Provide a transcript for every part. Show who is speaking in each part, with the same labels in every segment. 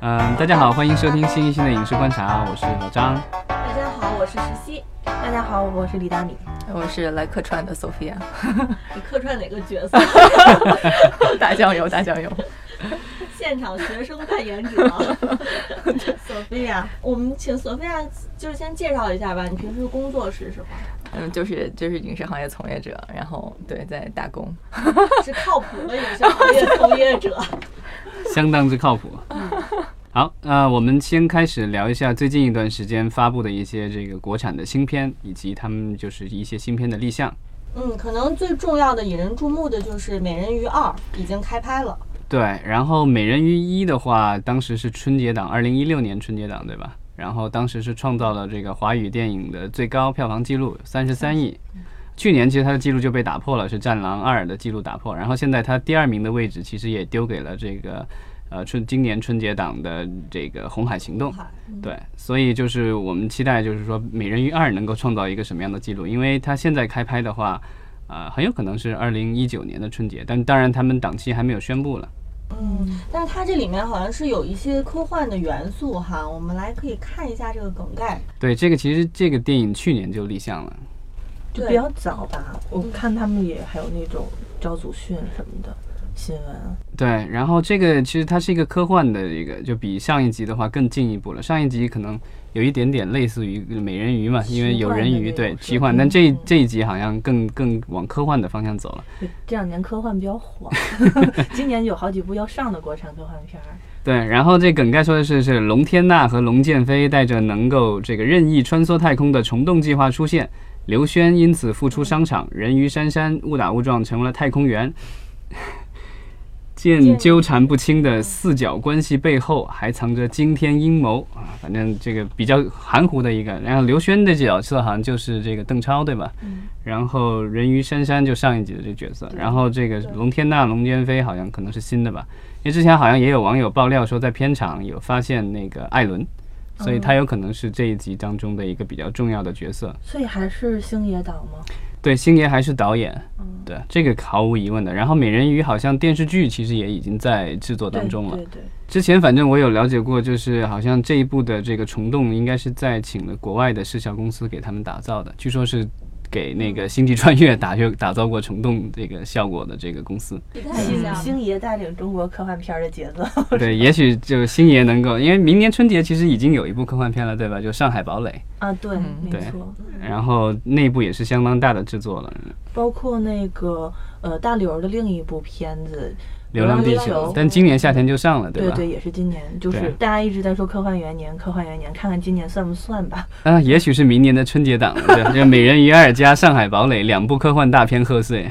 Speaker 1: 嗯大家好，欢迎收听新一期的影视观察，我是老张。
Speaker 2: 大家好，我是石溪。大家好，我是李大米。
Speaker 3: 我是来客串的 Sophia，
Speaker 2: 你客串哪个角 色？
Speaker 3: 打酱油，打酱油。
Speaker 2: 现场学生扮演 者。索菲亚，我们请索菲亚就是先介绍一下吧。你平时工作是什么？
Speaker 3: 嗯，就是就是影视行业从业者，然后对在打工。
Speaker 2: 是靠谱的影视行业从业者。
Speaker 1: 相当之靠谱。好，那我们先开始聊一下最近一段时间发布的一些这个国产的新片，以及他们就是一些新片的立项。
Speaker 2: 嗯，可能最重要的、引人注目的就是《美人鱼二》已经开拍了。
Speaker 1: 对，然后《美人鱼一》的话，当时是春节档，二零一六年春节档，对吧？然后当时是创造了这个华语电影的最高票房纪录，三十三亿。去年其实它的记录就被打破了，是《战狼二》的记录打破。然后现在它第二名的位置其实也丢给了这个，呃，春今年春节档的这个《红海行动》。对，所以就是我们期待，就是说《美人鱼二》能够创造一个什么样的记录？因为它现在开拍的话，呃，很有可能是二零一九年的春节，但当然他们档期还没有宣布了。
Speaker 2: 嗯，但是它这里面好像是有一些科幻的元素哈，我们来可以看一下这个梗概。
Speaker 1: 对，这个其实这个电影去年就立项了。
Speaker 4: 就比较早吧。我看他们也还有那种招祖训什么的新闻，
Speaker 1: 对，然后这个其实它是一个科幻的一个，就比上一集的话更进一步了。上一集可能有一点点类似于美人鱼嘛，因为有人鱼，
Speaker 4: 奇幻
Speaker 1: 对
Speaker 4: 的那种
Speaker 1: 奇幻，但这这一集好像更更往科幻的方向走了。
Speaker 4: 这两年科幻比较 火，今年有好几部要上的国产科幻片儿。
Speaker 1: 对，然后这梗概说的是是龙天娜和龙剑飞带着能够这个任意穿梭太空的虫洞计划出现，刘轩因此复出商场，人鱼珊珊误打误撞成为了太空员。 见纠缠不清的四角关系背后还藏着惊天阴谋啊！反正这个比较含糊的一个。然后刘轩的角色好像就是这个邓超，对吧？然后人鱼珊珊就上一集的这角色，然后这个龙天娜、龙剑飞好像可能是新的吧。因为之前好像也有网友爆料说，在片场有发现那个艾伦，
Speaker 4: 嗯
Speaker 1: 所以他有可能是这一集当中的一个比较重要的角色。
Speaker 4: 所以还是星野岛吗？
Speaker 1: 对，星爷还是导演，
Speaker 4: 嗯
Speaker 1: 对这个毫无疑问的。然后美人鱼好像电视剧其实也已经在制作当中了
Speaker 4: 对。对对，
Speaker 1: 之前反正我有了解过，就是好像这一部的这个虫洞应该是在请了国外的视效公司给他们打造的，据说是。给那个《星际穿越》打就打造过虫洞这个效果的这个公 司，
Speaker 2: 你看一下，
Speaker 4: 星爷带领中国科幻片儿的节奏。
Speaker 3: 嗯
Speaker 1: 对，也许就星爷能够，因为明年春节其实已经有一部科幻片了，对吧？就《上海堡垒》，
Speaker 4: 啊，对，
Speaker 3: 嗯
Speaker 4: 没
Speaker 1: 对
Speaker 4: 错，
Speaker 1: 然后内部也是相当大的制作了，《
Speaker 4: 包括那个呃大刘儿的另一部片子，
Speaker 1: 流浪地
Speaker 4: 流浪地
Speaker 1: 球
Speaker 4: 球》，
Speaker 1: 但今年夏天就上了，
Speaker 4: 对
Speaker 1: 吧？
Speaker 4: 对，也是今年，就
Speaker 1: 对
Speaker 4: 是大家一直在说科幻元年，科幻元年，看看今年算不算吧。
Speaker 1: 啊，也许是明年的春节档了，对， 就《美人鱼二》加《上海堡垒》两部科幻大片贺岁，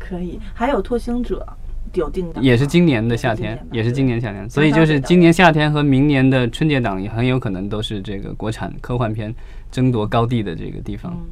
Speaker 4: 可以，还有拓星者有定档，
Speaker 1: 也是今年的夏天
Speaker 4: 啊今年，吧
Speaker 1: 也是今年夏天，所
Speaker 4: 对
Speaker 1: 以就是今年夏天和明年的春节档也很有可能都是这个国产科幻片争夺高地的这个地
Speaker 4: 嗯
Speaker 1: 方。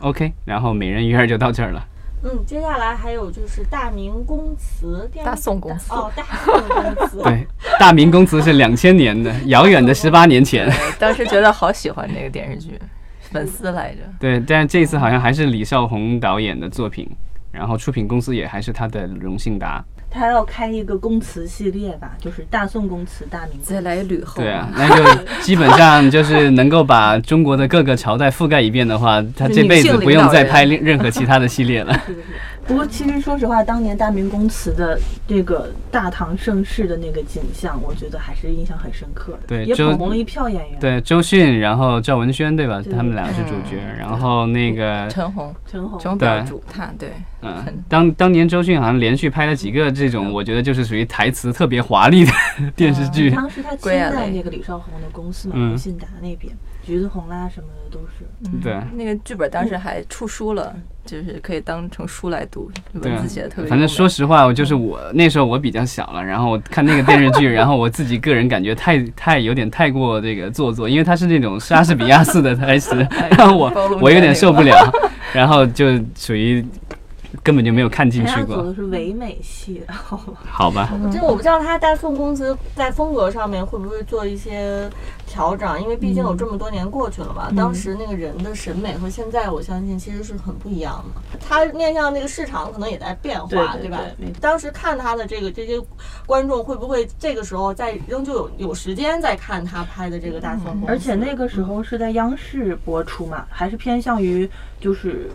Speaker 1: OK，然后《美人鱼二》就到这 儿了。
Speaker 2: 嗯，接下来还有就是大明宫词，第二
Speaker 3: 大宋宫词
Speaker 2: 哦，大宋宫 词，
Speaker 1: 对，大明宫词是两千年的，遥远的十八年 前。
Speaker 3: 当时 觉得好喜欢这个电视剧，粉丝来着。
Speaker 1: 对，但这次好像还是李少红导演的作品，然后出品公司也还是他的荣幸达。
Speaker 4: 他要开一个宫词系列吧，就是大宋宫词、大明宫。
Speaker 3: 再来吕后，
Speaker 1: 对啊， 那就基本上就是能够把中国的各个朝代覆盖一遍的话，他这辈子不用再拍另任何其他的系列了。
Speaker 4: 不过其实说实话，当年大明宫词的这个大唐盛世的那个景象，我觉得还是印象很深刻的，
Speaker 1: 对
Speaker 4: 也
Speaker 1: 就
Speaker 4: 捧红了一票演员，，
Speaker 1: 对，周迅，然后赵文轩，对吧？他们俩是主角，
Speaker 3: 嗯
Speaker 1: 然后那个。
Speaker 3: 陈红，
Speaker 4: 陈红
Speaker 3: 陈。红表主他对，
Speaker 1: 嗯
Speaker 3: 很，嗯
Speaker 1: 当当年周迅好像连续拍了几个这种，我觉得就是属于台词特别华丽的 电视剧。
Speaker 4: 当时他亲
Speaker 3: 归亚
Speaker 4: 在
Speaker 3: 蕾
Speaker 4: 那个李少红的公司嘛，
Speaker 1: 嗯
Speaker 4: 吴信达那边，橘子红啦什么的都是。
Speaker 1: 对，
Speaker 3: 那个剧本当时还出书了，就是可以当成书来读，
Speaker 1: 对
Speaker 3: 文
Speaker 1: 啊
Speaker 3: 字写的特别优美。
Speaker 1: 反正说实话，我就是
Speaker 3: 嗯
Speaker 1: 我那时候我比较小了，然后我看那个电视 剧，然后我自己个人感觉太太有点太过这个做作，因为它是那种莎士比亚
Speaker 3: 哎
Speaker 1: 式的台词，然后我
Speaker 3: 包容
Speaker 1: 我有
Speaker 3: 在
Speaker 1: 点
Speaker 3: 那
Speaker 1: 受
Speaker 3: 个
Speaker 1: 不了，然后就属于根本就没有看进
Speaker 4: 人
Speaker 3: 哎
Speaker 1: 去
Speaker 4: 家走
Speaker 1: 过，
Speaker 4: 的是唯美系，好吧？
Speaker 1: 好吧？
Speaker 2: 这我不知道他大宋公司在风格上面会不会做一些调整，因为毕竟
Speaker 4: 嗯
Speaker 2: 有这么多年过去了吧。当时那个人的审美和现在，我相信其实是很不一样的。他面向那个市场可能也在变化，
Speaker 4: 对对
Speaker 2: 吧
Speaker 4: 对没错
Speaker 2: 当时看他的这个这些观众会不会这个时候在仍旧有有时间在看他拍的这个大宋公司？
Speaker 4: 嗯而且那个时候是在央视播出嘛，还是偏向于就是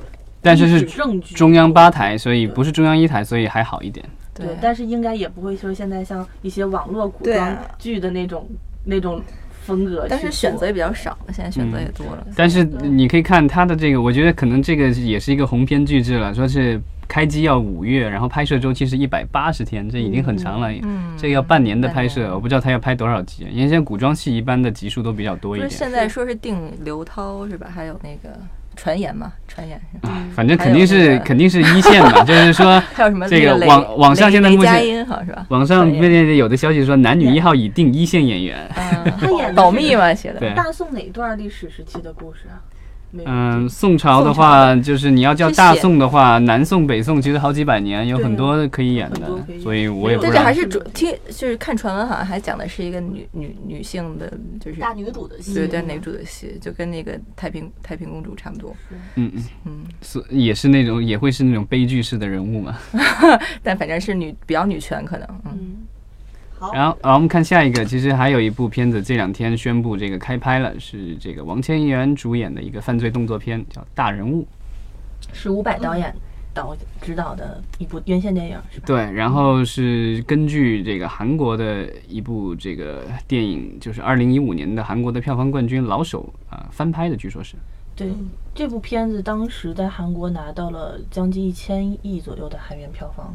Speaker 1: 但是
Speaker 4: 历史
Speaker 1: 是
Speaker 4: 证据
Speaker 1: 中央八台，所以不是中央一台，所以还好一点。
Speaker 4: 对
Speaker 3: 对，，
Speaker 4: 但是应该也不会说现在像一些网络古
Speaker 3: 对
Speaker 4: 装
Speaker 3: 啊
Speaker 4: 剧的那种那种风格去做，
Speaker 3: 但是选择也比较少，现在选择也多了。
Speaker 1: 嗯但是你可以看他的这个，我觉得可能这个也是一个鸿篇巨制了，说是开机要五月，然后拍摄周期是一百八十天，这已经很长了。
Speaker 3: 嗯
Speaker 1: 这个要半年的拍
Speaker 3: 半
Speaker 1: 摄，
Speaker 3: 年
Speaker 1: 我不知道他要拍多少集，啊因为现在古装戏一般的集数都比较多
Speaker 3: 不
Speaker 1: 一
Speaker 3: 是
Speaker 1: 点，
Speaker 3: 现在说是定刘涛是吧？还有那个传言嘛，传言是吧
Speaker 1: 啊反正肯定
Speaker 3: 嗯还有
Speaker 1: 是
Speaker 3: 那个
Speaker 1: 肯定是一线嘛， 就是说
Speaker 3: 还有什么
Speaker 1: 这
Speaker 3: 那
Speaker 1: 个
Speaker 3: 雷
Speaker 1: 网网上
Speaker 3: 雷
Speaker 1: 现在
Speaker 3: 雷
Speaker 1: 目
Speaker 3: 佳
Speaker 1: 前
Speaker 3: 音好像 是吧？
Speaker 1: 网上
Speaker 3: 传言
Speaker 1: 面对有的消息说男女一号已定一线演员，
Speaker 4: 他演的
Speaker 3: 嗯保
Speaker 4: 是
Speaker 3: 密嘛写的，
Speaker 1: 对，
Speaker 4: 大宋哪段历史时期的故事啊？没有
Speaker 1: 嗯，宋朝的话，就是你要叫
Speaker 3: 是
Speaker 1: 大
Speaker 3: 写
Speaker 1: 宋的话，南宋、北宋其实好几百年，有
Speaker 4: 对
Speaker 1: 很
Speaker 4: 啊
Speaker 1: 多可以演
Speaker 4: 很
Speaker 1: 的
Speaker 4: 多可以，
Speaker 1: 所以我
Speaker 4: 没
Speaker 1: 也
Speaker 4: 有
Speaker 1: 不
Speaker 3: 但
Speaker 1: 知道
Speaker 3: 是还。是主听就是看传闻，好像还讲的是一个女女女性的，就是
Speaker 2: 嗯大女主的戏，
Speaker 3: 对对女主的戏，就跟那个太平太平公主差不多。
Speaker 1: 嗯嗯，
Speaker 3: 嗯，
Speaker 1: 所也是那种也会是那种悲剧式的人物嘛。
Speaker 3: 但反正是女比较女权可能。嗯，
Speaker 4: 嗯，
Speaker 2: 好，
Speaker 1: 然后，啊，我们看下一个，其实还有一部片子这两天宣布这个开拍了，是这个王千源主演的一个犯罪动作片，叫《大人物》。
Speaker 4: 是伍佰导演导指导的一部院线电影是吧？
Speaker 1: 对，然后是根据这个韩国的一部这个电影，就是二零一五年的韩国的票房冠军《老手》啊、翻拍的，据说是。
Speaker 4: 对，这部片子当时在韩国拿到了将近一千亿左右的韩元票房，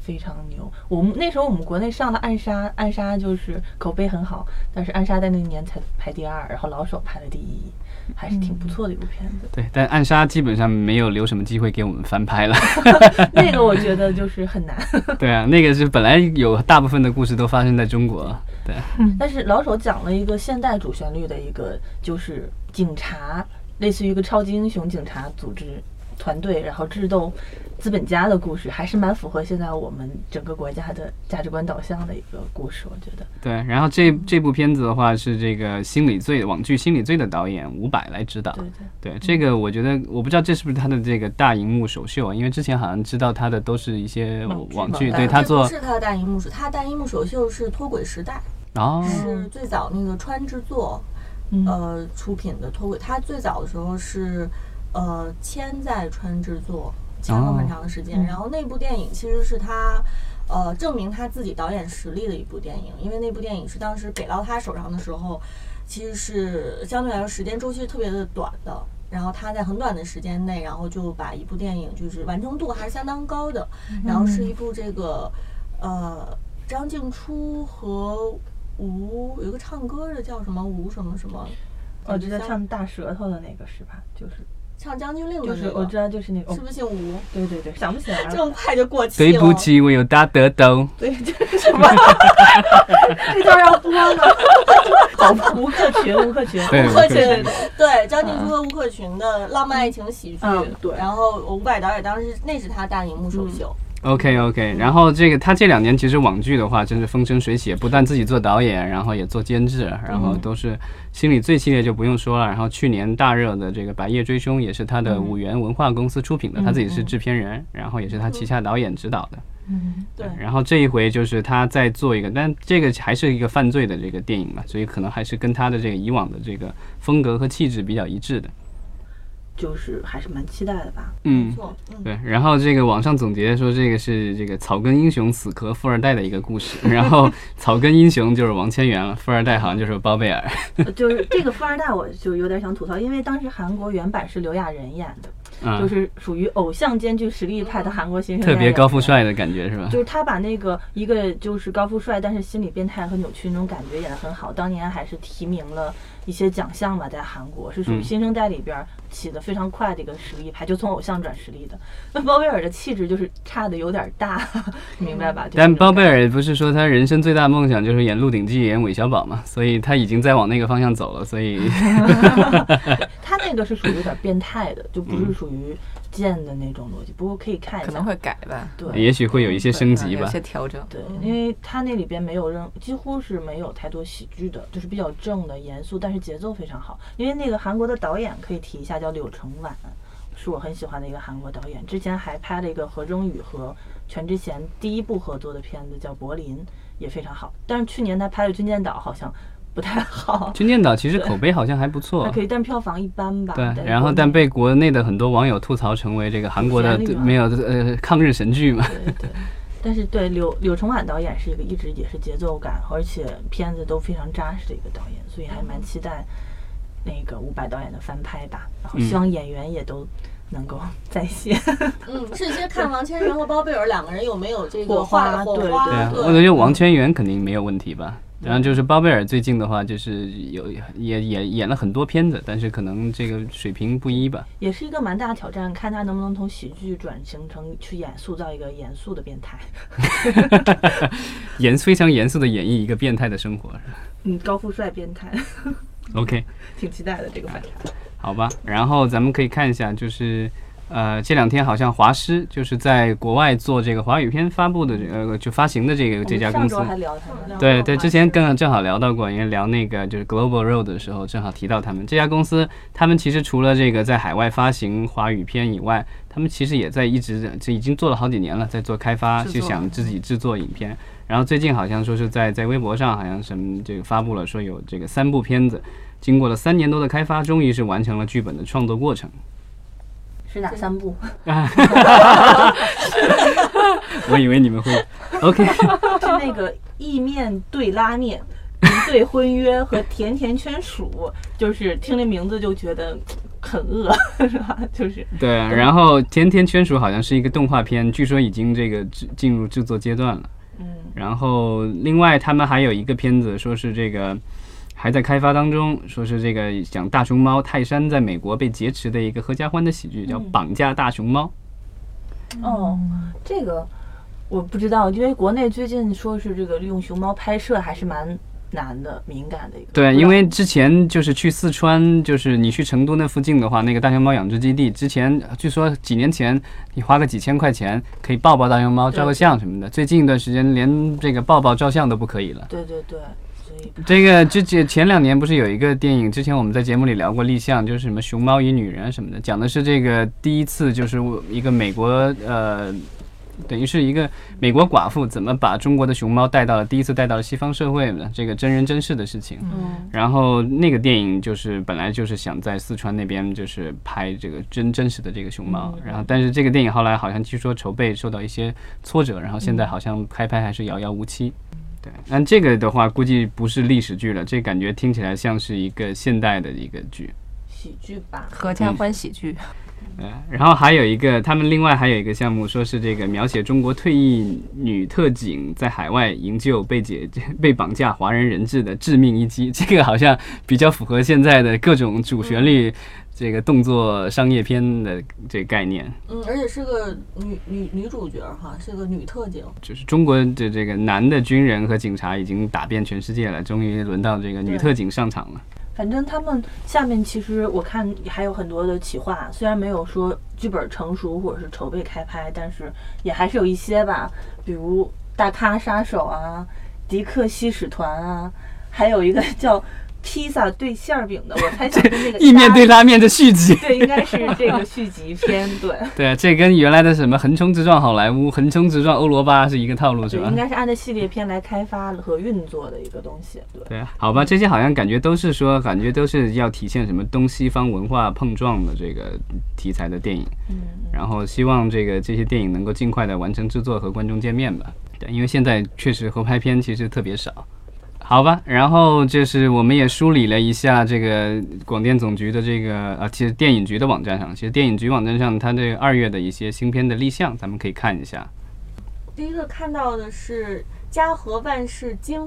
Speaker 4: 非常牛。我们那时候我们国内上的《暗杀》，《暗杀》就是口碑很好，但是《暗杀》在那年才排第二，然后《老手》排了第一，还是挺不错的一部片 子。
Speaker 1: 对，但暗杀基本上没有留什么机会给我们翻拍了。
Speaker 4: 那个我觉得就是很难，
Speaker 1: 对啊，那个是本来有大部分的故事都发生在中国。对，
Speaker 4: 但是《老手》讲了一个现代主旋律的一个，就是警察，类似于一个超级英雄警察组织团队，然后智斗资本家的故事，还是蛮符合现在我们整个国家的价值观导向的一个故事，我觉得。
Speaker 1: 对，然后这这部片子的话是这个心理罪网剧《心理罪》的导演伍佰来指导。
Speaker 4: 对对，
Speaker 1: 对这个，我觉得我不知道这是不是他的这个大荧幕首秀啊，因为之前好像知道他的都是一些
Speaker 4: 网剧
Speaker 1: 网
Speaker 4: 嘛
Speaker 1: 剧，
Speaker 3: 对
Speaker 1: 对他
Speaker 2: 这
Speaker 1: 做
Speaker 2: 啊不是他的大荧幕首，他的大荧幕首秀是《脱轨时代》。
Speaker 1: 哦，
Speaker 2: 是最早那个川制作
Speaker 4: 嗯
Speaker 2: 呃出品的脱轨，它最早的时候是呃签在川制作签了很长的时间，
Speaker 4: 嗯
Speaker 2: 然后那部电影其实是他。呃，证明他自己导演实力的一部电影，因为那部电影是当时给到他手上的时候，其实是相对来说时间周期特别的短的。然后他在很短的时间内，然后就把一部电影就是完成度还是相当高的，
Speaker 4: 嗯
Speaker 2: 然后是一部这个呃张静初和吴有一个唱歌的叫什么吴什么什么，
Speaker 4: 我知道
Speaker 2: 像
Speaker 4: 唱大舌头的那个是吧？就是
Speaker 2: 唱将军令
Speaker 4: 就
Speaker 2: 的
Speaker 4: 是
Speaker 2: 那
Speaker 4: 我知
Speaker 2: 个，
Speaker 4: 道哦就是那个，
Speaker 2: 是不是姓吴？
Speaker 4: 对对对，想不起来
Speaker 2: 这
Speaker 4: 了。
Speaker 2: 么快就过
Speaker 1: 对
Speaker 2: 期了？
Speaker 1: 不起，我有大得豆。
Speaker 4: 对， 就是什么？这段要播 吗？好，吴克群，吴克群，
Speaker 1: 对
Speaker 2: 吴克
Speaker 1: 对
Speaker 2: 群，对张静初和吴克群的浪漫爱情喜剧
Speaker 4: 啊嗯，对嗯
Speaker 2: 然后伍佰导演当时那是他大荧幕首秀，
Speaker 1: OK OK，然后这个他这两年其实网剧的话，真是风生水起，不但自己做导演，然后也做监制，然后都是心理罪系列就不用说了，然后去年大热的这个《白夜追凶》也是他的五元文化公司出品的，他自己是制片人，然后也是他旗下导演指导的。
Speaker 2: 对，
Speaker 1: 然后这一回就是他在做一个，但这个还是一个犯罪的这个电影嘛，所以可能还是跟他的这个以往的这个风格和气质比较一致的。
Speaker 4: 就是还是蛮期待的吧。
Speaker 1: 嗯
Speaker 2: 没，错，嗯，
Speaker 1: 对，然后这个网上总结说，这个是这个草根英雄死磕富二代的一个故事。 然后草根英雄就是王千源了，富二代好像就是包贝 尔。
Speaker 4: 呃就是这个富二代，我就有点想吐槽，因为当时韩国原版是刘亚仁演的，就
Speaker 1: 嗯，
Speaker 4: 是属于偶像兼具实力派的韩国新生代
Speaker 1: 特别
Speaker 4: 演
Speaker 1: 高富
Speaker 4: 的。
Speaker 1: 帅的感觉是吧？
Speaker 4: 就是他把那个一个就是高富帅，但是心理变态和扭曲那种感觉演得很好。当年还是提名了一些奖项吧，在韩国是属于
Speaker 1: 嗯
Speaker 4: 新生代里边儿起得非常快的一个实力派，就从偶像转实力的。那包贝尔的气质就是差的有点大， 明白吧？就是
Speaker 1: 但
Speaker 4: 这种
Speaker 1: 包贝
Speaker 4: 感觉
Speaker 1: 尔不是说他人生最大梦想就是演《鹿鼎记》、演韦小宝嘛，所以他已经在往那个方向走了。所以，嗯
Speaker 4: 他那个是属于有点变态的，就不是属于见的那种逻辑，不过可以看一下，
Speaker 3: 可能会改吧，
Speaker 4: 对，
Speaker 1: 也许会有一些升级
Speaker 3: 有
Speaker 1: 吧
Speaker 3: 些。调整。
Speaker 4: 对，因为它那里边没有任，几乎是没有太多喜剧的，就是比较正的、严肃，但是节奏非常好。因为那个韩国的导演可以提一下，叫柳承晚，是我很喜欢的一个韩国导演。之前还拍了一个何中宇和全智贤第一部合作的片子叫《柏林》，也非常好。但是去年他拍的《军舰岛》好像不太好，
Speaker 1: 军舰岛其实口碑好像还不错
Speaker 4: 还，可以，但票房一般吧。
Speaker 1: 对
Speaker 4: 在，
Speaker 1: 然后
Speaker 4: 国内
Speaker 1: 但被国内的很多网友吐槽成为这个韩国的
Speaker 4: 主旋律嘛
Speaker 1: 没有呃抗日神剧嘛。
Speaker 4: 对对，但是对柳柳承晚导演是一个一直也是节奏感，而且片子都非常扎实的一个导演，所以还蛮期待那个伍佰导演的翻拍吧。
Speaker 1: 嗯
Speaker 4: 然后希望演员也都能够再现。
Speaker 2: 嗯，是先看王千源和包贝尔两个人有没有这个
Speaker 4: 火花
Speaker 2: 火
Speaker 4: 嗯对嗯
Speaker 2: 花，
Speaker 1: 对啊，
Speaker 2: 对
Speaker 1: 我感觉王千源肯定没有问题吧。然后就是包贝尔最近的话，就是有也也演了很多片子，但是可能这个水平不一吧。
Speaker 4: 也是一个蛮大的挑战，看他能不能从喜剧转型成去演塑造一个严肃的变态。
Speaker 1: 严非常严肃的演绎一个变态的生活。
Speaker 4: 嗯，高富帅变态，
Speaker 1: OK，
Speaker 4: 挺期待的这个反差。
Speaker 1: 好吧。然后咱们可以看一下，就是呃这两天好像华师就是在国外做这个华语片发布的这呃就发行的这个这家公司
Speaker 4: 我们上周还聊他们呢。
Speaker 1: 对对，之前跟正好聊到过，因为聊那个就是 Global Road 的时候，正好提到他们这家公司。他们其实除了这个在海外发行华语片以外，他们其实也在一直这已经做了好几年了，在做开发，
Speaker 3: 制
Speaker 1: 去
Speaker 3: 作嗯
Speaker 1: 想自己制作影片。然后最近好像说是在在微博上好像什么这个发布了，说有这个三部片子，经过了三年多的开发，终于是完成了剧本的创作过程。
Speaker 4: 是哪三部？
Speaker 1: 我以为你们会 OK，
Speaker 4: 是那个意面对拉面、云对婚约和甜甜圈鼠，就是听这名字就觉得很饿， 是吧？就是
Speaker 1: 对。然后《甜甜圈鼠》好像是一个动画片，据说已经这个制进入制作阶段了。
Speaker 4: 嗯，
Speaker 1: 然后另外他们还有一个片子，说是这个还在开发当中，说是这个讲大熊猫泰山在美国被劫持的一个合家欢的喜剧，叫《绑架大熊猫》。
Speaker 4: 哦，这个我不知道，因为国内最近说是这个利用熊猫拍摄还是蛮难的、敏感的一个。
Speaker 1: 对，
Speaker 4: 不知
Speaker 1: 因
Speaker 4: 道
Speaker 1: 为之前就是去四川，就是你去成都那附近的话，那个大熊猫养殖基地，之前据说几年前你花个几千块钱可以抱抱大熊猫、照个相什么的，最近一段时间连这个抱抱、照相都不可以了。
Speaker 4: 对对对，所以
Speaker 1: 这个之前前两年不是有一个电影，之前我们在节目里聊过立项，就是什么《熊猫与女人》什么的，讲的是这个第一次就是一个美国呃，等于是一个美国寡妇怎么把中国的熊猫带到了第一次带到了西方社会的这个真人真事的事情。
Speaker 4: 嗯，
Speaker 1: 然后那个电影就是本来就是想在四川那边就是拍这个真真实的这个熊猫，然后但是这个电影后来好像据说筹备受到一些挫折，然后现在好像开拍还是遥遥无期。对，但这个的话估计不是历史剧了，这感觉听起来像是一个现代的一个剧。
Speaker 4: 喜剧吧，
Speaker 3: 合家欢喜剧，
Speaker 1: 然后还有一个，他们另外还有一个项目，说是这个描写中国退役女特警在海外营救被解被绑架华人人质的致命一击。这个好像比较符合现在的各种主旋律，这个动作商业片的这个概念，
Speaker 2: 嗯，而且是个女女女主角哈，是个女特警，
Speaker 1: 就是中国的这个男的军人和警察已经打遍全世界了，终于轮到这个女特警上场了。
Speaker 4: 反正他们下面其实我看还有很多的企划，虽然没有说剧本成熟或者是筹备开拍，但是也还是有一些吧，比如《大咖杀手》啊，《迪克西使团》啊，还有一个叫《披萨对馅儿饼》的，我猜 想是那个
Speaker 1: 意面对
Speaker 4: 意大
Speaker 1: 拉面的续集，
Speaker 4: 对，应该是这个续集片，对
Speaker 1: 对啊，这跟原来的什么横冲直撞好莱坞、横冲直撞欧罗巴是一个套路，是
Speaker 4: 对，
Speaker 1: 吧？
Speaker 4: 应该是按照系列片来开发和运作的一个东西，对。
Speaker 1: 对，啊好吧，这些好像感觉都是说，感觉都是要体现什么东西方文化碰撞的这个题材的电影。嗯，然后希望这个这些电影能够尽快的完成制作和观众见面吧。对，因为现在确实合拍片其实特别少。好吧，然后就是我们也梳理了一下这个广电总局的这个呃，其实电影局的网站上，其实电影局网站上它这个二月的一些新片的立项，咱们可以看一下。
Speaker 2: 第一个看到的是《家和万事兴》，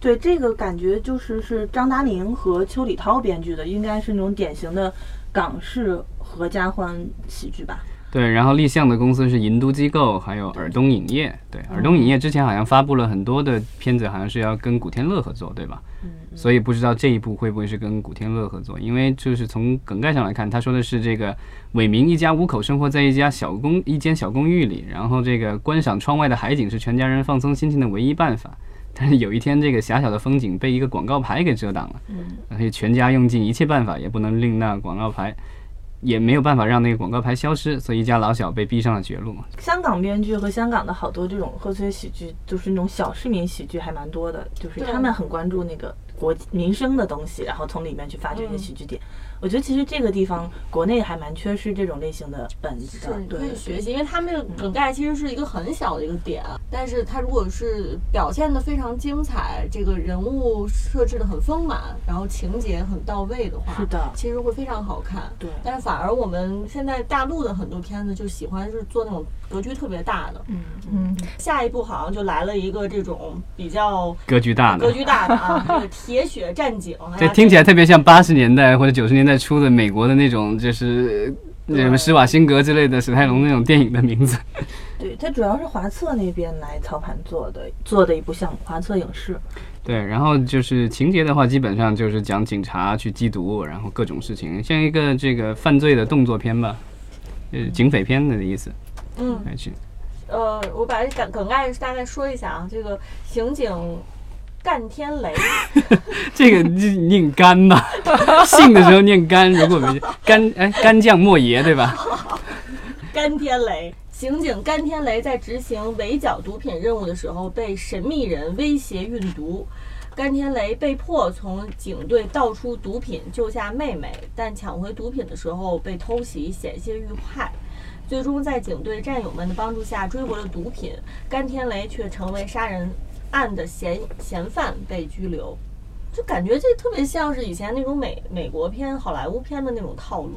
Speaker 4: 对，这个感觉就是是张达宁和邱礼涛编剧的，应该是那种典型的港式合家欢喜剧吧。
Speaker 1: 对，然后立项的公司是银都机构，还有尔东影业。对，尔东影业之前好像发布了很多的片子，好像是要跟古天乐合作，对吧？所以不知道这一部会不会是跟古天乐合作，因为就是从梗概上来看，他说的是这个伟明一家五口生活在一家小公一间小公寓里，然后这个观赏窗外的海景是全家人放松心情的唯一办法。但是有一天，这个狭小的风景被一个广告牌给遮挡了，所以全家用尽一切办法也不能令那广告牌，也没有办法让那个广告牌消失，所以一家老小被逼上了绝路。
Speaker 4: 香港编剧和香港的好多这种贺岁喜剧，就是那种小市民喜剧，还蛮多的。就是
Speaker 2: 对
Speaker 4: 他们很关注那个国民生的东西，然后从里面去发
Speaker 2: 嗯
Speaker 4: 掘一些喜剧点。我觉得其实这个地方国内还蛮缺失这种类型的本子的
Speaker 2: 是，你
Speaker 4: 对
Speaker 2: 可以学习，因为他们的梗概其实是一个很小的一个点，但是他如果是表现的非常精彩，这个人物设置的很丰满，然后情节很到位的话，
Speaker 4: 是的
Speaker 2: 其实会非常好看。
Speaker 4: 对
Speaker 2: 但是反而我们现在大陆的很多片子就喜欢是做那种格局特别大的，
Speaker 4: 嗯，
Speaker 3: 嗯，
Speaker 2: 下一步好像就来了一个这种比较
Speaker 1: 格局大
Speaker 2: 格
Speaker 1: 的，
Speaker 2: 局大的啊，这个铁血战 警，
Speaker 1: 这
Speaker 2: 哎呀
Speaker 1: 听起来特别像八十年代或者九十年代初的美国的那种，就是呃那什么施瓦辛格之类的史泰龙那种电影的名字。
Speaker 4: 对，它主要是华策那边来操盘做的，做的一部项目，华策影视。
Speaker 1: 对，然后就是情节的话，基本上就是讲警察去缉毒，然后各种事情，像一个这个犯罪的动作片吧，呃，警匪片的意思。
Speaker 2: 嗯，
Speaker 1: 来去，
Speaker 2: 呃，我把这梗梗概大概说一下啊，这个刑警干天雷，
Speaker 1: 这个你念干吧，姓的时候念干，如果没干哎干将莫邪对吧？
Speaker 2: 干天雷，刑警干天雷在执行围剿毒品任务的时候，被神秘人威胁运毒。干天雷被迫从警队盗出毒品，救下妹妹，但抢回毒品的时候被偷袭，险些遇害。最终在警队战友们的帮助下追回了毒品，干天雷却成为杀人案的嫌嫌犯，被拘留。就感觉这特别像是以前那种美美国片、好莱坞片的那种套路。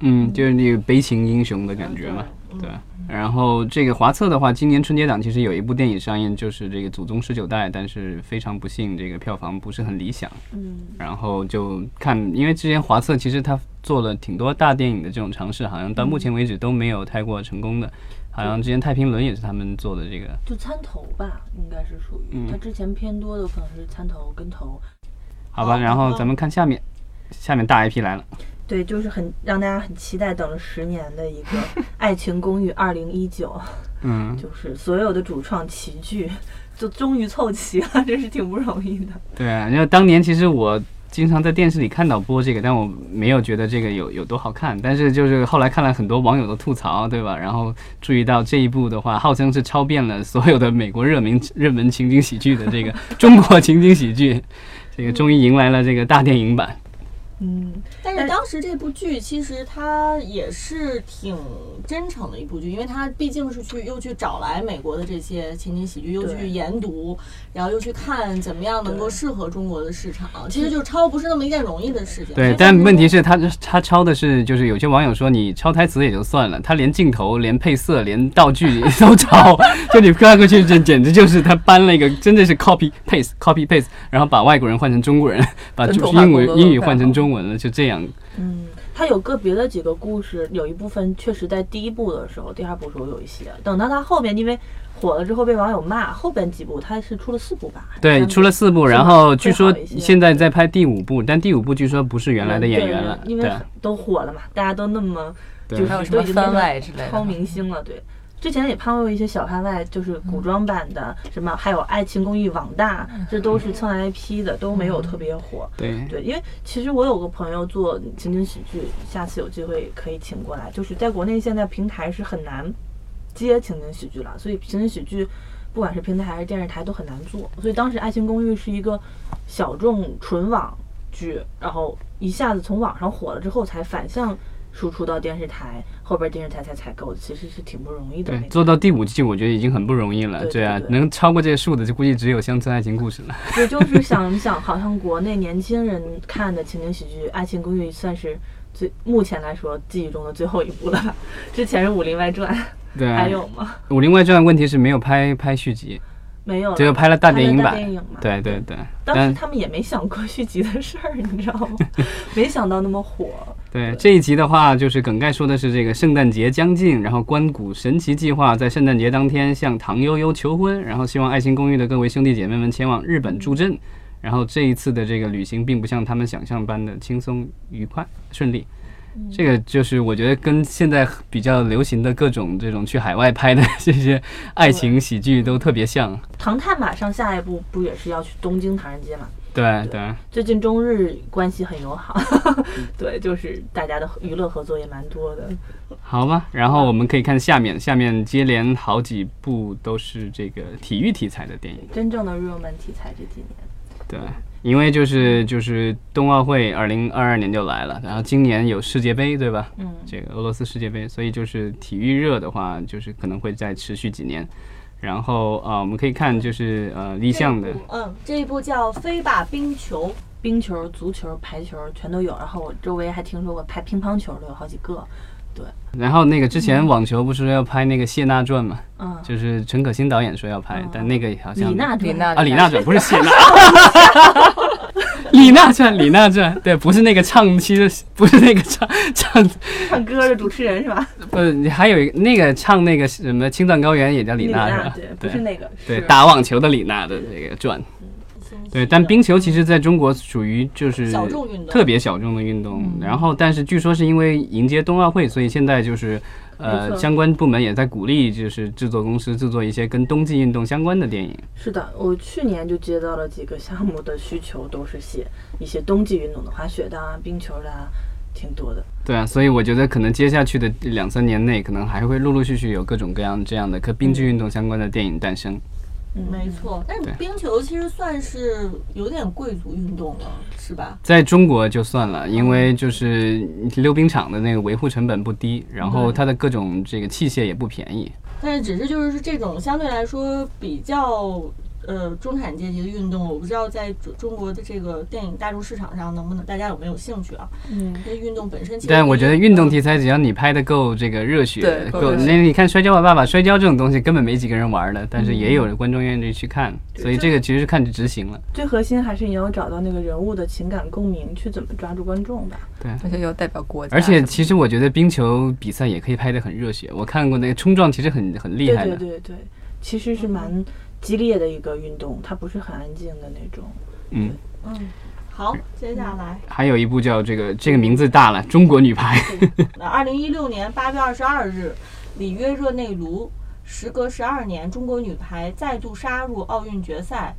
Speaker 1: 嗯，就是那个悲情英雄的感觉嘛，对。然后这个华策的话，今年春节档其实有一部电影上映，就是这个《祖宗十九代》，但是非常不幸，这个票房不是很理想。
Speaker 4: 嗯，
Speaker 1: 然后就看，因为之前华策其实他做了挺多大电影的这种尝试，好像到目前为止都没有太过成功的。好像之前《太平轮》也是他们做的这个，
Speaker 4: 就参投吧，应该是属于
Speaker 1: 嗯
Speaker 4: 它之前偏多的可能是参投跟投，
Speaker 1: 好吧？然后咱们看下面，下面大 IP 来了，
Speaker 4: 对，就是很让大家很期待，等了十年的一 个《爱情公寓二零一九
Speaker 1: 嗯》，，
Speaker 4: 就是所有的主创齐聚，就终于凑齐了， 真是挺不容易的。
Speaker 1: 对啊，因为当年其实我经常在电视里看到播这个，但我没有觉得这个有有多好看。但是就是后来看了很多网友的吐槽，对吧？然后注意到这一部的话，号称是超遍了所有的美国热门热门情景喜剧的这个中国情景喜剧，这个终于迎来了这个大电影版。
Speaker 4: 嗯，
Speaker 2: 但
Speaker 4: 但
Speaker 2: 是当时这部剧其实它也是挺真诚的一部剧，因为它毕竟是去又去找来美国的这些情景喜剧，又去
Speaker 4: 对
Speaker 2: 研读，然后又去看怎么样能够
Speaker 4: 对
Speaker 2: 适合中国的市场，其实就超不是那么一件容易的事情。所
Speaker 1: 对
Speaker 2: 以，
Speaker 1: 但
Speaker 2: 它
Speaker 1: 问题是他他抄的是，就是有些网友说你抄台词也就算了，他连镜头、连配色、连道 具都抄，就你看过去，这简直就是他搬了一个，真的是 copy paste copy paste，然后把外国人换成中国人，把
Speaker 3: 本土化
Speaker 1: 英文
Speaker 3: 工作
Speaker 1: 英语
Speaker 3: 都干
Speaker 1: 换成
Speaker 3: 好
Speaker 1: 中文了，就这样。
Speaker 4: 嗯，它有个别的几个故事，有一部分确实在第一部的时候、第二部的时候有一些，等到它后边因为火了之后被网友骂，后边几部它是出了四部吧？还是三
Speaker 1: 对，
Speaker 4: 部
Speaker 1: 出了四部，
Speaker 4: 是
Speaker 1: 然
Speaker 4: 吧
Speaker 1: 后
Speaker 4: 会
Speaker 1: 据
Speaker 4: 好
Speaker 1: 说
Speaker 4: 一些
Speaker 1: 现在在拍第五部，但第五部据说不是原来的演员了，
Speaker 4: 因为
Speaker 1: 对
Speaker 4: 都火了嘛，大家都那么
Speaker 1: 对
Speaker 4: 就是
Speaker 3: 还有什么
Speaker 4: 都已经变成
Speaker 3: 番外之类的
Speaker 4: 超明星了，对。之前也拍过一些小番外，就是古装版的，什么还有《爱情公寓》网大，这都是蹭 IP 的，都
Speaker 3: 嗯
Speaker 4: 没有特别火。
Speaker 1: 对
Speaker 4: 对，因为其实我有个朋友做情景喜剧，下次有机会可以请过来。就是在国内现在平台是很难接情景喜剧了，所以情景喜剧不管是平台还是电视台都很难做。所以当时《爱情公寓》是一个小众纯网剧，然后一下子从网上火了之后，才反向输出到电视台，后边电视台才采购，其实是挺不容易的
Speaker 1: 对
Speaker 4: 那，个。
Speaker 1: 做到第五季我觉得已经很不容易了，
Speaker 4: 对对
Speaker 1: 啊，
Speaker 4: 对
Speaker 1: 能超过这个数的就估计只有《乡村爱情故事》了。
Speaker 4: 对，就是想想，好像国内年轻人看的情景喜剧《爱情公寓》算是最目前来说记忆中的最后一部了吧。之前是《武林外传》，
Speaker 1: 对啊，
Speaker 4: 还有吗？
Speaker 1: 《武林外传》问题是没有拍拍续集，
Speaker 4: 没有了，
Speaker 1: 这就拍了大电影版
Speaker 4: 嗯拍了大电影嘛。
Speaker 1: 对对对，
Speaker 4: 当时
Speaker 1: 但
Speaker 4: 他们也没想过续集的事儿，你知道吗？没想到那么火。
Speaker 1: 对这一集的话，就是梗概说的是这个圣诞节将近，然后关谷神奇计划在圣诞节当天向唐悠悠求婚，然后希望爱情公寓的各位兄弟姐妹们前往日本助阵。然后这一次的这个旅行并不像他们想象般的轻松、愉快、顺利。
Speaker 4: 嗯
Speaker 1: 这个就是我觉得跟现在比较流行的各种这种去海外拍的这些爱情喜剧都特别像。
Speaker 4: 唐探马上下一步不也是要去东京唐人街嘛？
Speaker 1: 对对，
Speaker 4: 最近中日关系很友好， 对，就是大家的娱乐合作也蛮多的。
Speaker 1: 好吧。然后我们可以看下面，下面接连好几部都是这个体育题材的电影。
Speaker 4: 真正的 real man 题材这几年，
Speaker 1: 对，因为就是就是冬奥会二零二二年就来了，然后今年有世界杯，对吧？
Speaker 4: 嗯
Speaker 1: 这个俄罗斯世界杯，所以就是体育热的话，就是可能会再持续几年。然后啊、呃我们可以看就是呃立项的
Speaker 2: 这一部嗯，这一部叫《飞吧冰球》，
Speaker 4: 冰球、足球、排球全都有。然后我周围还听说过拍乒乓球的有好几个。
Speaker 1: 然后那个之前网球不是要拍那个谢娜传嘛，
Speaker 4: 嗯，
Speaker 1: 就是陈可辛导演说要拍，但那个好像
Speaker 4: 李娜
Speaker 3: 李 娜
Speaker 1: 啊李娜传不是 谢娜，李娜传李娜传，对，不是那个唱戏的，不是那个唱唱，
Speaker 4: 唱歌的主持人是吧？
Speaker 1: 呃，你还有一个那个唱那个什么青藏高原也叫李娜是吧
Speaker 4: 啊对，？不
Speaker 1: 对
Speaker 4: 是那个，
Speaker 1: 对
Speaker 4: 是
Speaker 1: 打网球的李娜的这个传，对，但冰球其实在中国属于就是
Speaker 2: 小众运动
Speaker 1: 特别小众的运动。然后，但是据说是因为迎接冬奥会，所以现在就是
Speaker 4: 没
Speaker 1: 呃
Speaker 4: 错
Speaker 1: 相关部门也在鼓励，就是制作公司制作一些跟冬季运动相关的电影。
Speaker 4: 是的，我去年就接到了几个项目的需求，都是写一些冬季运动的，滑雪的啊、冰球的啊，挺多的。
Speaker 1: 对啊，所以我觉得可能接下去的两三年内，可能还会陆陆续续有各种各样这样的跟冰剧运动相关的电影诞生。
Speaker 2: 没错。但
Speaker 1: 嗯对
Speaker 2: 是冰球其实算是有点贵族运动了，是吧？
Speaker 1: 在中国就算了，因为就是溜冰场的那个维护成本不低，然后它的各种这个器械也不便宜。
Speaker 2: 但是只是就是这种相对来说比较呃中产阶级的运动，我不知道在中中国的这个电影大众市场上能不能大家有没有兴趣啊？
Speaker 4: 嗯，
Speaker 2: 因为运动本身其实，
Speaker 1: 但我觉得运动题材只要你拍的够这个热血
Speaker 3: 对，够
Speaker 1: 够
Speaker 3: 热血
Speaker 1: 那你看《摔跤吧爸爸》，摔跤这种东西根本没几个人玩的，但是也有观众愿意去看，所以这个其实是看执行了。
Speaker 4: 最核心还是你要找到那个人物的情感共鸣，去怎么抓住观众吧。
Speaker 3: 而且又代表国家
Speaker 1: 而
Speaker 3: 什么
Speaker 1: 且
Speaker 3: 的，
Speaker 1: 其实我觉得冰球比赛也可以拍得很热血，我看过那个冲撞，其实很很厉
Speaker 4: 对
Speaker 1: 害
Speaker 4: 对
Speaker 1: 的。
Speaker 4: 对对，其实是蛮激烈的一个运动，它不是很安静的那种。
Speaker 1: 嗯，
Speaker 2: 嗯，好，接下来，
Speaker 1: 还有一部叫这个这个名字大了，《中国女 排》
Speaker 2: 那二零一六年八月二十二日，里约热内卢，时隔十二年，中国女排再度杀入奥运决赛。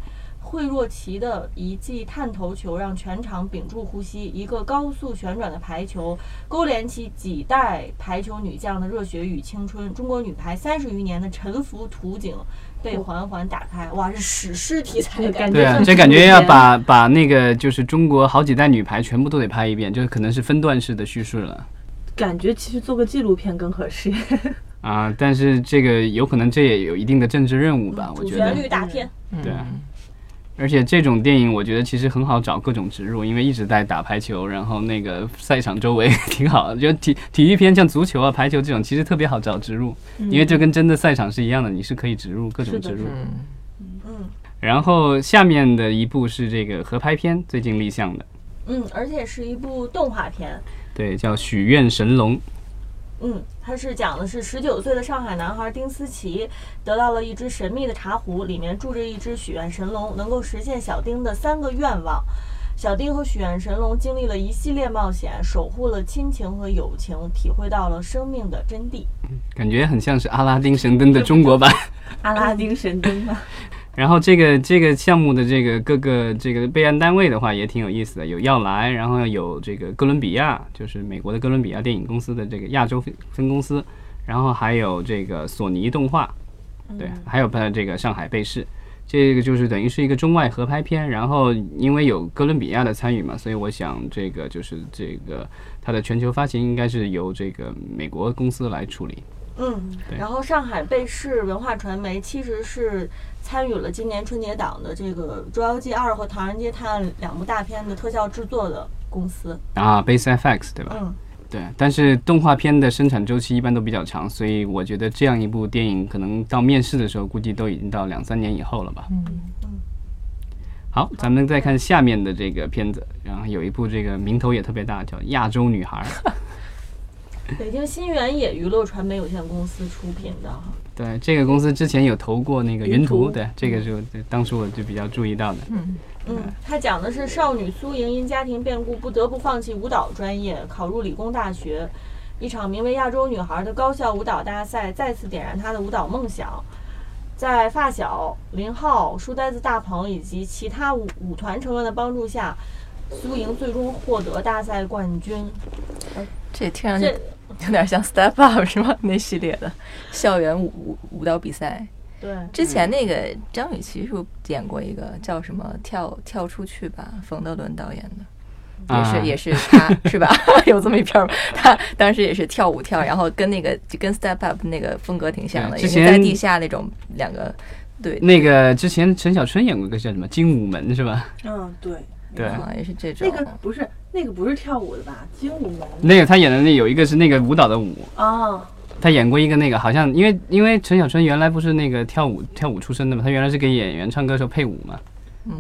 Speaker 2: 惠若琪的一记探头球让全场屏住呼吸，一个高速旋转的排球勾连起几代排球女将的热血与青春。中国女排三十余年的沉浮图景被缓缓打开，哇，是史诗题材的感
Speaker 1: 嗯
Speaker 2: 觉。
Speaker 1: 对啊，
Speaker 4: 这
Speaker 1: 这感觉要把把那个就是中国好几代女排全部都得拍一遍，就是可能是分段式的叙事了。
Speaker 4: 感觉其实做个纪录片更合适。
Speaker 1: 啊，但是这个有可能这也有一定的政治任务吧，
Speaker 4: 嗯
Speaker 1: 我
Speaker 2: 主
Speaker 1: 觉得
Speaker 2: 旋。律大片，
Speaker 1: 对啊，而且这种电影我觉得其实很好找各种植入，因为一直在打排球，然后那个赛场周围 挺好的。就体体育片像足球啊、排球这种，其实特别好找植入，因为这跟真的赛场是一样的，你是可以植入各种
Speaker 4: 嗯是的
Speaker 1: 植入。
Speaker 3: 嗯，
Speaker 2: 嗯
Speaker 1: 然后下面的一部是这个合拍片，最近立项的，
Speaker 2: 嗯，而且是一部动画片，
Speaker 1: 对，叫《许愿神龙》。
Speaker 2: 嗯，它是讲的是十九岁的上海男孩丁思琪得到了一只神秘的茶壶，里面住着一只许愿神龙，能够实现小丁的三个愿望。小丁和许愿神龙经历了一系列冒险，守护了亲情和友情，体会到了生命的真谛。
Speaker 1: 感觉很像是阿拉丁神灯的中国版。
Speaker 4: 阿拉丁神灯嘛，
Speaker 1: 然后这个这个项目的这个各个这个备案单位的话也挺有意思的，有要来，然后有这个哥伦比亚，就是美国的哥伦比亚电影公司的这个亚洲分分公司，然后还有这个索尼动画，对，还有它这个上海贝氏，这个就是等于是一个中外合拍片。然后因为有哥伦比亚的参与嘛，所以我想这个就是这个它的全球发行应该是由这个美国公司来处理。
Speaker 2: 嗯
Speaker 1: 对，
Speaker 2: 然后上海贝氏文化传媒其实是参与了今年春节档的这个《捉妖记二》和《唐人街探案》两部大片的特效制作的公司。
Speaker 1: 啊，Base FX 对吧？
Speaker 2: 嗯，
Speaker 1: 对，但是动画片的生产周期一般都比较长，所以我觉得这样一部电影可能到面世的时候，估计都已经到两三年以后了吧。
Speaker 4: 嗯，
Speaker 1: 好，咱们再看下面的这个片子，然后有一部这个名头也特别大，叫《亚洲女孩》。
Speaker 2: 北京新源野娱乐传媒有限公司出品的哈，
Speaker 1: 对，这个公司之前有投过那个云图，
Speaker 2: 云图
Speaker 1: 对，这个是我对当时我就比较注意到的。
Speaker 2: 嗯，它讲的是少女苏莹因家庭变故不得不放弃舞蹈专业，考入理工大学。一场名为“亚洲女孩”的高校舞蹈大赛再次点燃她的舞蹈梦想。在发小林浩、书呆子大鹏以及其他舞舞团成员的帮助下，苏莹最终获得大赛冠军。
Speaker 3: 这听上去
Speaker 2: 这
Speaker 3: 有点像 Step Up 是吗？那系列的校园舞舞舞蹈比赛。
Speaker 2: 对，
Speaker 3: 之前那个张雨绮是不是演过一个叫什么跳跳出去吧？冯德伦导演的，也是、
Speaker 1: 啊
Speaker 3: 也是他是吧？ 有这么一片儿吧，他当时也是跳舞跳，然后跟那个就跟 Step Up 那个风格挺像的，
Speaker 1: 对之
Speaker 3: 也是
Speaker 1: 前嗯
Speaker 3: 在地下那种两个对，
Speaker 1: 那个之前陈小春演过一个叫什么《精武门》是吧？
Speaker 5: 嗯，对，
Speaker 1: 对，
Speaker 3: 啊也是这种
Speaker 5: 那个不是那个不是跳舞的吧？精武门
Speaker 1: 那个他演的那有一个是那个舞蹈的舞，
Speaker 4: 哦
Speaker 5: 啊，
Speaker 1: 他演过一个那个好像因为因为陈小春原来不是那个跳舞跳舞出身的嘛，他原来是给演员唱歌时候配舞嘛。
Speaker 3: 嗯，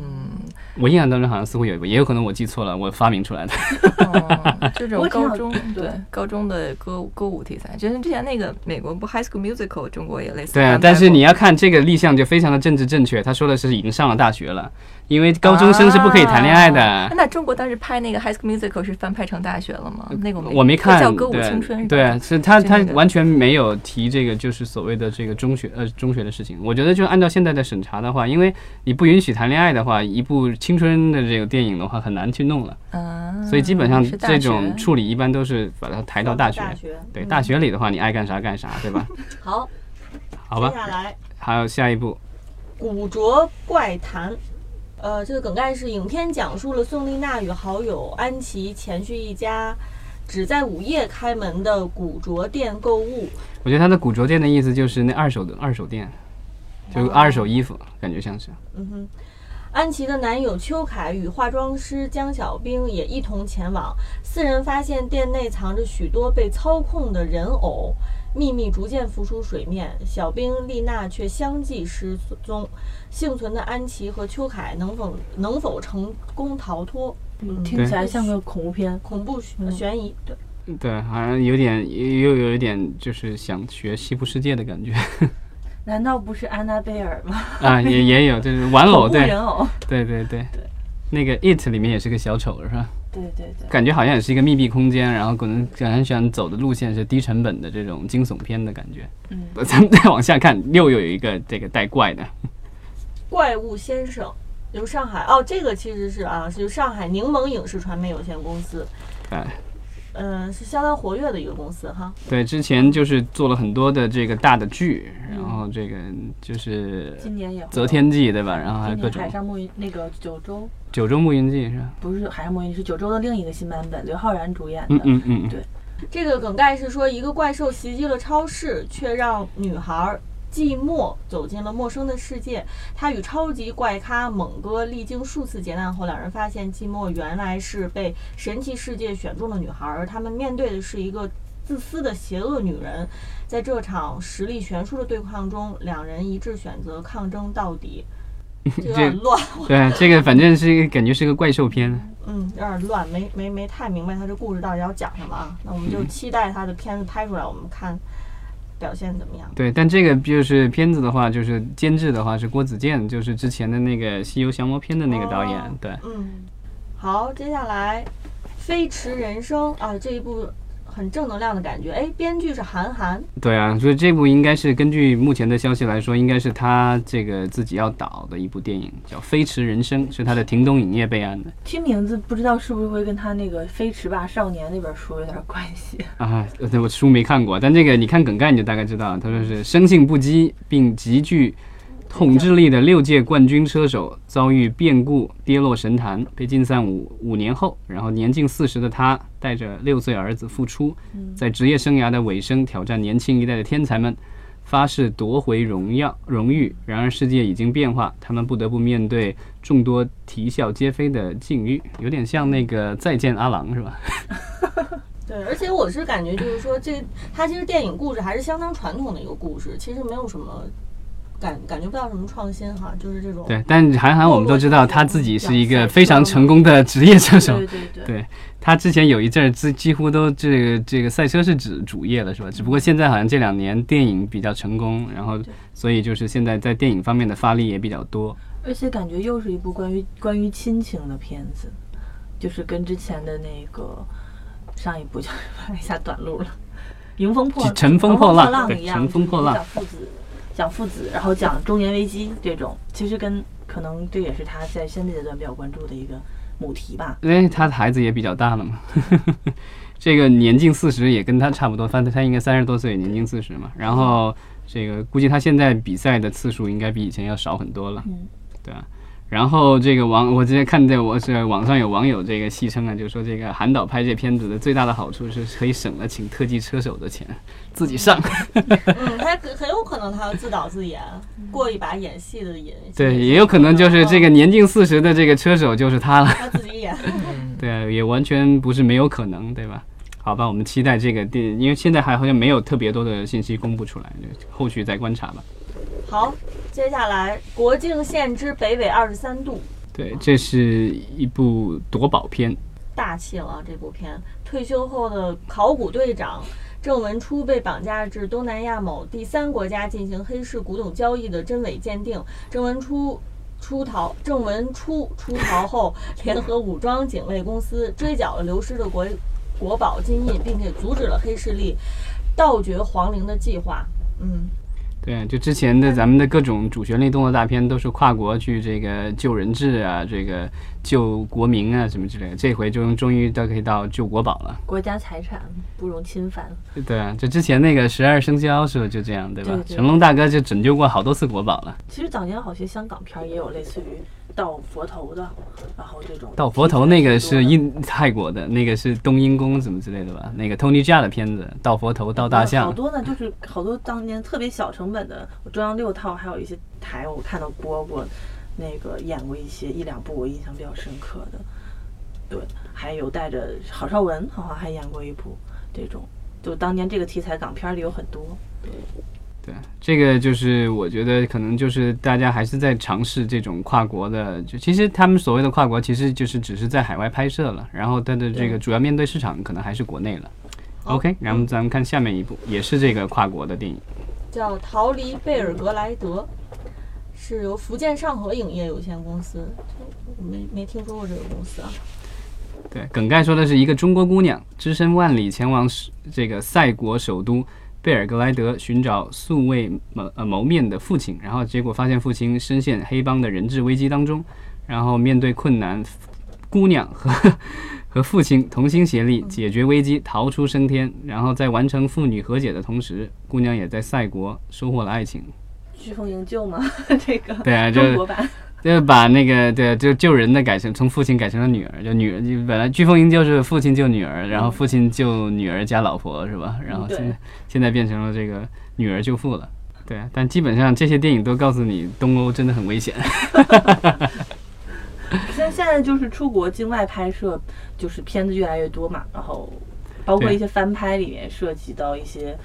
Speaker 1: 我印象当中好像似乎有一个，也有可能我记错了，我发明出 来的。
Speaker 3: 哦这种
Speaker 5: 我挺
Speaker 3: 高
Speaker 5: 好
Speaker 3: 中对高中的歌歌舞题材，就是之前那个美国不《High School Musical》，中国也类似
Speaker 1: 对
Speaker 3: 安排
Speaker 1: 啊
Speaker 3: 过。，
Speaker 1: 但是你要看这个立项就非常的政治正确，他说的是已经上了大学了，因为高中生是不可以谈恋爱的。
Speaker 3: 啊那中国当时拍那个《High School Musical》是翻拍成大学了吗？那个
Speaker 1: 我没看，
Speaker 3: 叫《歌舞
Speaker 1: 对
Speaker 3: 青春》是吧
Speaker 1: 对，是他
Speaker 3: 是
Speaker 1: 他
Speaker 3: 那个
Speaker 1: 完全没有提这个，就是所谓的这个中学呃中学的事情。我觉得就按照现在的审查的话，因为你不允许谈恋爱的话，一部青春的这个电影的话很难去弄了，
Speaker 3: 啊，
Speaker 1: 所以基本上
Speaker 3: 是大
Speaker 1: 这种
Speaker 3: 学
Speaker 1: 处理一般都是把它抬到大学。
Speaker 2: 大学
Speaker 1: 对，大学里的话你爱干啥干啥，对吧？
Speaker 2: 好，
Speaker 1: 好吧
Speaker 2: 接。下来
Speaker 1: 还有下一部，
Speaker 2: 古着怪谈。呃，这个梗概是影片讲述了宋丽娜与好友安琪前去一家只在午夜开门的古着店购物，
Speaker 1: 我觉得他的古着店的意思就是那二手的二手店，就是二手衣服，感觉像是。
Speaker 2: 嗯哼，安琪的男友邱凯与化妆师江小兵也一同前往。四人发现店内藏着许多被操控的人偶，秘密逐渐浮出水面。小兵、丽娜却相继失踪，幸存的安琪和邱凯能否能否成功逃脱？
Speaker 4: 嗯听起来像个恐怖片。
Speaker 2: 恐怖悬悬疑，对，
Speaker 1: 对，好像有点又有一点就是想学西部世界的感觉
Speaker 4: 难道不是安娜贝尔吗？
Speaker 1: 啊，也也有就是玩 偶，
Speaker 4: 恐怖
Speaker 1: 哦对
Speaker 4: 人偶。
Speaker 1: 对对对，那个 It 里面也是个小丑是吧？
Speaker 4: 对对对，
Speaker 1: 感觉好像也是一个密闭空间，然后可能很喜欢走的路线是低成本的这种惊悚片的感觉。嗯，咱们再往下看，又有一个这个带怪的，
Speaker 2: 怪物先生。由上海哦，这个其实是啊，是由上海柠檬影视传媒有限公司，
Speaker 1: 哎，
Speaker 2: 嗯、是相当活跃的一个公司哈。
Speaker 1: 对，之前就是做了很多的这个大的剧，然后这个就是
Speaker 4: 今年也会有
Speaker 1: 《择，天记》对吧？然后还有
Speaker 4: 今
Speaker 1: 各
Speaker 4: 年
Speaker 1: 种
Speaker 4: 海
Speaker 1: 《
Speaker 4: 上牧云那个九州
Speaker 1: 九州牧云记》是吧？
Speaker 4: 不是海上牧云，是九州的另一个新版本，刘昊然主演
Speaker 1: 嗯
Speaker 4: 的。
Speaker 1: 嗯嗯，嗯
Speaker 4: 对
Speaker 2: 这个梗概是说，一个怪兽袭击了超市，却让女孩寂寞走进了陌生的世界。她与超级怪咖猛哥历经数次劫难后，两人发现寂寞原来是被神奇世界选中的女孩，而他们面对的是一个自私的邪恶女人。在这场实力悬殊的对抗中，两人一致选择抗争到底。这有点乱，
Speaker 1: 对，这个反正是一个感觉是个怪兽片。
Speaker 2: 嗯，有点乱，没没没太明白他这故事到底要讲什么啊。那我们就
Speaker 1: 嗯
Speaker 2: 期待他的片子拍出来，我们看表现怎么样。
Speaker 1: 对，但这个就是片子的话，就是监制的话是郭子健，就是之前的那个《西游降魔篇》的那个导演。
Speaker 2: 哦
Speaker 1: 对，
Speaker 2: 嗯，好，接下来《飞驰人生》啊，这一部很正能量的感觉。哎，编剧是韩寒，
Speaker 1: 对啊，所以这部应该是根据目前的消息来说，应该是他这个自己要导的一部电影，叫《飞驰人生》，是他的屏东影业备案的
Speaker 4: 听名字不知道是不是会跟他那个《飞驰吧少年》那本书有点关 系。
Speaker 1: 啊。对，我书没看过，但这个你看梗概你就大概知道了。他说是生性不羁并极具统治力的六届冠军车手遭遇变故，跌落神坛，被禁赛五五年后，然后年近四十的他带着六岁儿子复出，在职业生涯的尾声挑战年轻一代的天才们，发誓夺回荣耀荣誉。然而世界已经变化，他们不得不面对众多啼笑皆非的境遇，有点像那个《再见阿郎》是吧？
Speaker 2: 对，而且我是感觉就是说这，它其实电影故事还是相当传统的一个故事，其实没有什么感感觉不到什么创新哈，就是这种
Speaker 1: 对，但韩寒我们都知道他自己是一个非常成功的职业车手
Speaker 4: 对，对对，
Speaker 1: 对他之前有一阵儿几几乎都这个这个赛车是主主业了，是吧？只不过现在好像这两年电影比较成功，然后所以就是现在在电影方面的发力也比较多。
Speaker 4: 而且感觉又是一部关于关于亲情的片子，就是跟之前的那个上一部 叫什么一下短路了，《迎风破
Speaker 1: 就乘风破浪
Speaker 4: 浪
Speaker 1: 对
Speaker 4: 一样，
Speaker 1: 乘风破浪
Speaker 4: 讲父子，讲父子，然后讲中年危机这种，其实跟可能这也是他在现在阶段比较关注的一个母题吧。
Speaker 1: 因为他的孩子也比较大了嘛， 这个年近四十也跟他差不多，他他应该三十多岁，年近四十嘛。然后这个估计他现在比赛的次数应该比以前要少很多了，
Speaker 4: 嗯
Speaker 1: 对啊。然后这个网，我之前看在我是网上有网友这个戏称啊，就说这个韩导拍这片子的最大的好处是可以省了请特技车手的钱，自己上。
Speaker 2: 嗯，他很很有可能他要自导自演，过一把演戏的瘾。
Speaker 1: 对，也有可能就是这个年近四十的这个车手就是他了。
Speaker 2: 他自己演，
Speaker 1: 对啊，也完全不是没有可能，对吧？好吧，我们期待这个电，因为现在还好像没有特别多的信息公布出来，就后续再观察吧。
Speaker 2: 好，接下来《国境线之北纬二十三度》
Speaker 1: 对，这是一部夺宝片，
Speaker 2: 大气了这部片。退休后的考古队长郑文初被绑架至东南亚某第三国家进行黑市古董交易的真伪鉴定。郑文初出逃，郑文初出逃后，联合武装警卫公司追缴了流失的国国宝金印，并且阻止了黑势力盗掘皇陵的计划。嗯，
Speaker 1: 对啊，就之前的咱们的各种主旋律动作大片都是跨国去这个救人质啊，这个救国民啊什么之类的，这回就终于都可以到救国宝了。
Speaker 4: 国家财产不容侵犯，
Speaker 1: 对啊，就之前那个十二生肖是不是就这样，对吧？
Speaker 4: 对对
Speaker 1: 成龙大哥就拯救过好多次国宝了。
Speaker 4: 其实早年好些香港片儿也有类似于到佛头的，然后这种
Speaker 1: 到佛头那个是印泰国的，那个是冬阴功什么之类的吧？那个 Tony Jaa 的片子《到佛头到大
Speaker 4: 好
Speaker 1: 象》，
Speaker 4: 多呢，就是好多当年特别小成本的中央六套，还有一些台我看到播过，那个演过一些一两部我印象比较深刻的，对，还有带着郝邵文好像还演过一部这种，就当年这个题材港片儿里有很多，
Speaker 1: 对，这个就是我觉得可能就是大家还是在尝试这种跨国的，就其实他们所谓的跨国，其实就是只是在海外拍摄了，然后它的这个主要面对市场可能还是国内了。OK，然
Speaker 4: 哦
Speaker 1: 后咱们看下面一部，也是这个跨国的电影。
Speaker 2: 叫《逃离贝尔格莱德》，是由福建上合影业有限公司，我没没听说过这个公司啊。
Speaker 1: 对，梗概说的是一个中国姑娘只身万里前往是这个塞国首都贝尔格莱德寻找素未谋呃谋面的父亲，然后结果发现父亲深陷黑帮的人质危机当中，然后面对困难，姑娘和和父亲同心协力解决危机，逃出升天，然后在完成父女和解的同时，姑娘也在塞国收获了爱情。
Speaker 4: 飓风营救嘛， 这个
Speaker 1: 对啊，就
Speaker 4: 中国版，
Speaker 1: 就是把那个对，就救人的改成从父亲改成了女儿，就女儿就本来飓风营救是父亲救女儿，然后父亲救女儿加老婆是吧？然后现在现在变成了这个女儿救父了。对，啊但基本上这些电影都告诉你，东欧真的很危 险。
Speaker 4: 现现在就是出国境外拍摄，就是片子越来越多嘛，然后包括
Speaker 1: 对
Speaker 4: 一些翻拍里面涉及到一些。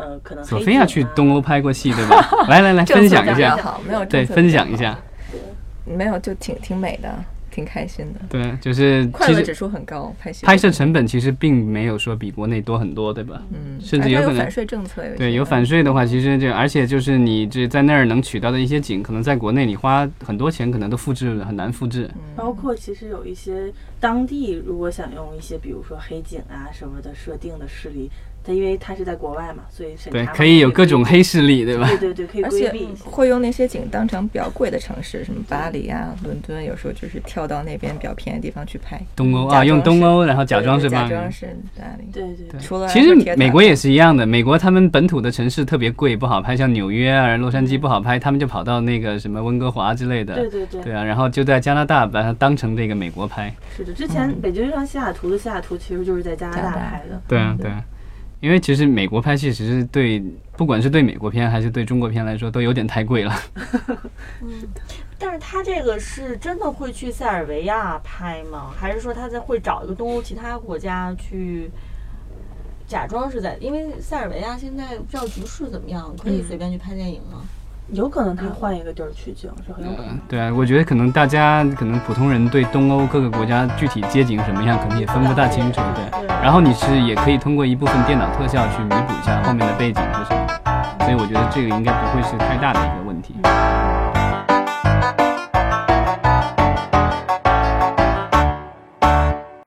Speaker 4: 呃，可能
Speaker 1: 索
Speaker 4: 黑
Speaker 1: 菲亚去
Speaker 4: 警啊
Speaker 1: 东欧拍过戏，对吧？ 来来来，
Speaker 3: 政
Speaker 1: 分
Speaker 3: 策
Speaker 1: 享
Speaker 3: 比
Speaker 1: 一
Speaker 3: 较
Speaker 1: 下，
Speaker 3: 好，没有政
Speaker 1: 对，
Speaker 3: 策
Speaker 1: 分
Speaker 3: 比较
Speaker 1: 享一
Speaker 3: 好，
Speaker 1: 下，
Speaker 3: 没有就挺挺美的，挺开心的，
Speaker 1: 对，就是
Speaker 3: 快
Speaker 1: 其
Speaker 3: 乐指
Speaker 1: 实
Speaker 3: 数很高，拍戏
Speaker 1: 拍摄成本其实并没有说比国内多很多，对吧？
Speaker 3: 嗯，
Speaker 1: 甚
Speaker 3: 而
Speaker 1: 至
Speaker 3: 且
Speaker 1: 有
Speaker 3: 有
Speaker 1: 可能
Speaker 3: 反税政策，有一
Speaker 1: 对，
Speaker 3: 些
Speaker 1: 有反税的话，其实这而且就是你这在那儿能取到的一些景，可能在国内你花很多钱，可能都复制了很难复制。
Speaker 4: 包括其实有一些当地，如果想用一些，比如说黑警啊什么的设定的势力，它因为它是在国外嘛，所以审查
Speaker 1: 对，
Speaker 4: 嘛
Speaker 1: 可以有各种，黑势力，对吧
Speaker 4: 可以？对对对，可以
Speaker 3: 而
Speaker 4: 规
Speaker 3: 且嗯
Speaker 4: 避一些。
Speaker 3: 会用那些景当成比较贵的城市，什么巴黎啊、伦敦，有时候就是跳到那边比较便宜的地方去拍。
Speaker 1: 东欧啊，
Speaker 3: 假装
Speaker 1: 用东
Speaker 3: 是
Speaker 1: 欧，然后假
Speaker 3: 对
Speaker 1: 装是
Speaker 3: 对
Speaker 1: 吧
Speaker 3: 假？装是啊巴黎。
Speaker 4: 对对对，
Speaker 3: 除了
Speaker 1: 其
Speaker 3: 埃菲尔
Speaker 1: 实
Speaker 3: 铁塔
Speaker 1: 美国也是一样的，美国他们本土的城市特别贵，不好拍，像纽约啊、洛杉矶不好拍，他们就跑到那个什么温哥华之类的。
Speaker 4: 对对对
Speaker 1: 对啊，然后就在加拿大把它当成这个美国拍。
Speaker 4: 是的。之
Speaker 1: 嗯
Speaker 4: 前北京上西雅图的西雅图其实就是在加拿
Speaker 3: 加拿
Speaker 4: 大
Speaker 3: 大
Speaker 4: 拍的，
Speaker 1: 对啊，对啊，因为其实美国拍戏，其实对不管是对美国片还是对中国片来说，都有点太贵了。
Speaker 2: 但是他这个是真的会去塞尔维亚拍吗？还是说他在会找一个东欧其他国家去假装是在，因为塞尔维亚现在不知道局势怎么样，可以随便去拍电影吗？
Speaker 4: 有可能他换一个地儿取景是很有可能
Speaker 1: 嗯
Speaker 4: 的。，
Speaker 1: 对啊，我觉得可能大家可能普通人对东欧各个国家具体街景什么样，可能也分不大清楚，对。然后你是也可以通过一部分电脑特效去弥补一下后面的背景是什么，所以我觉得这个应该不会是太大的一个问题。
Speaker 4: 嗯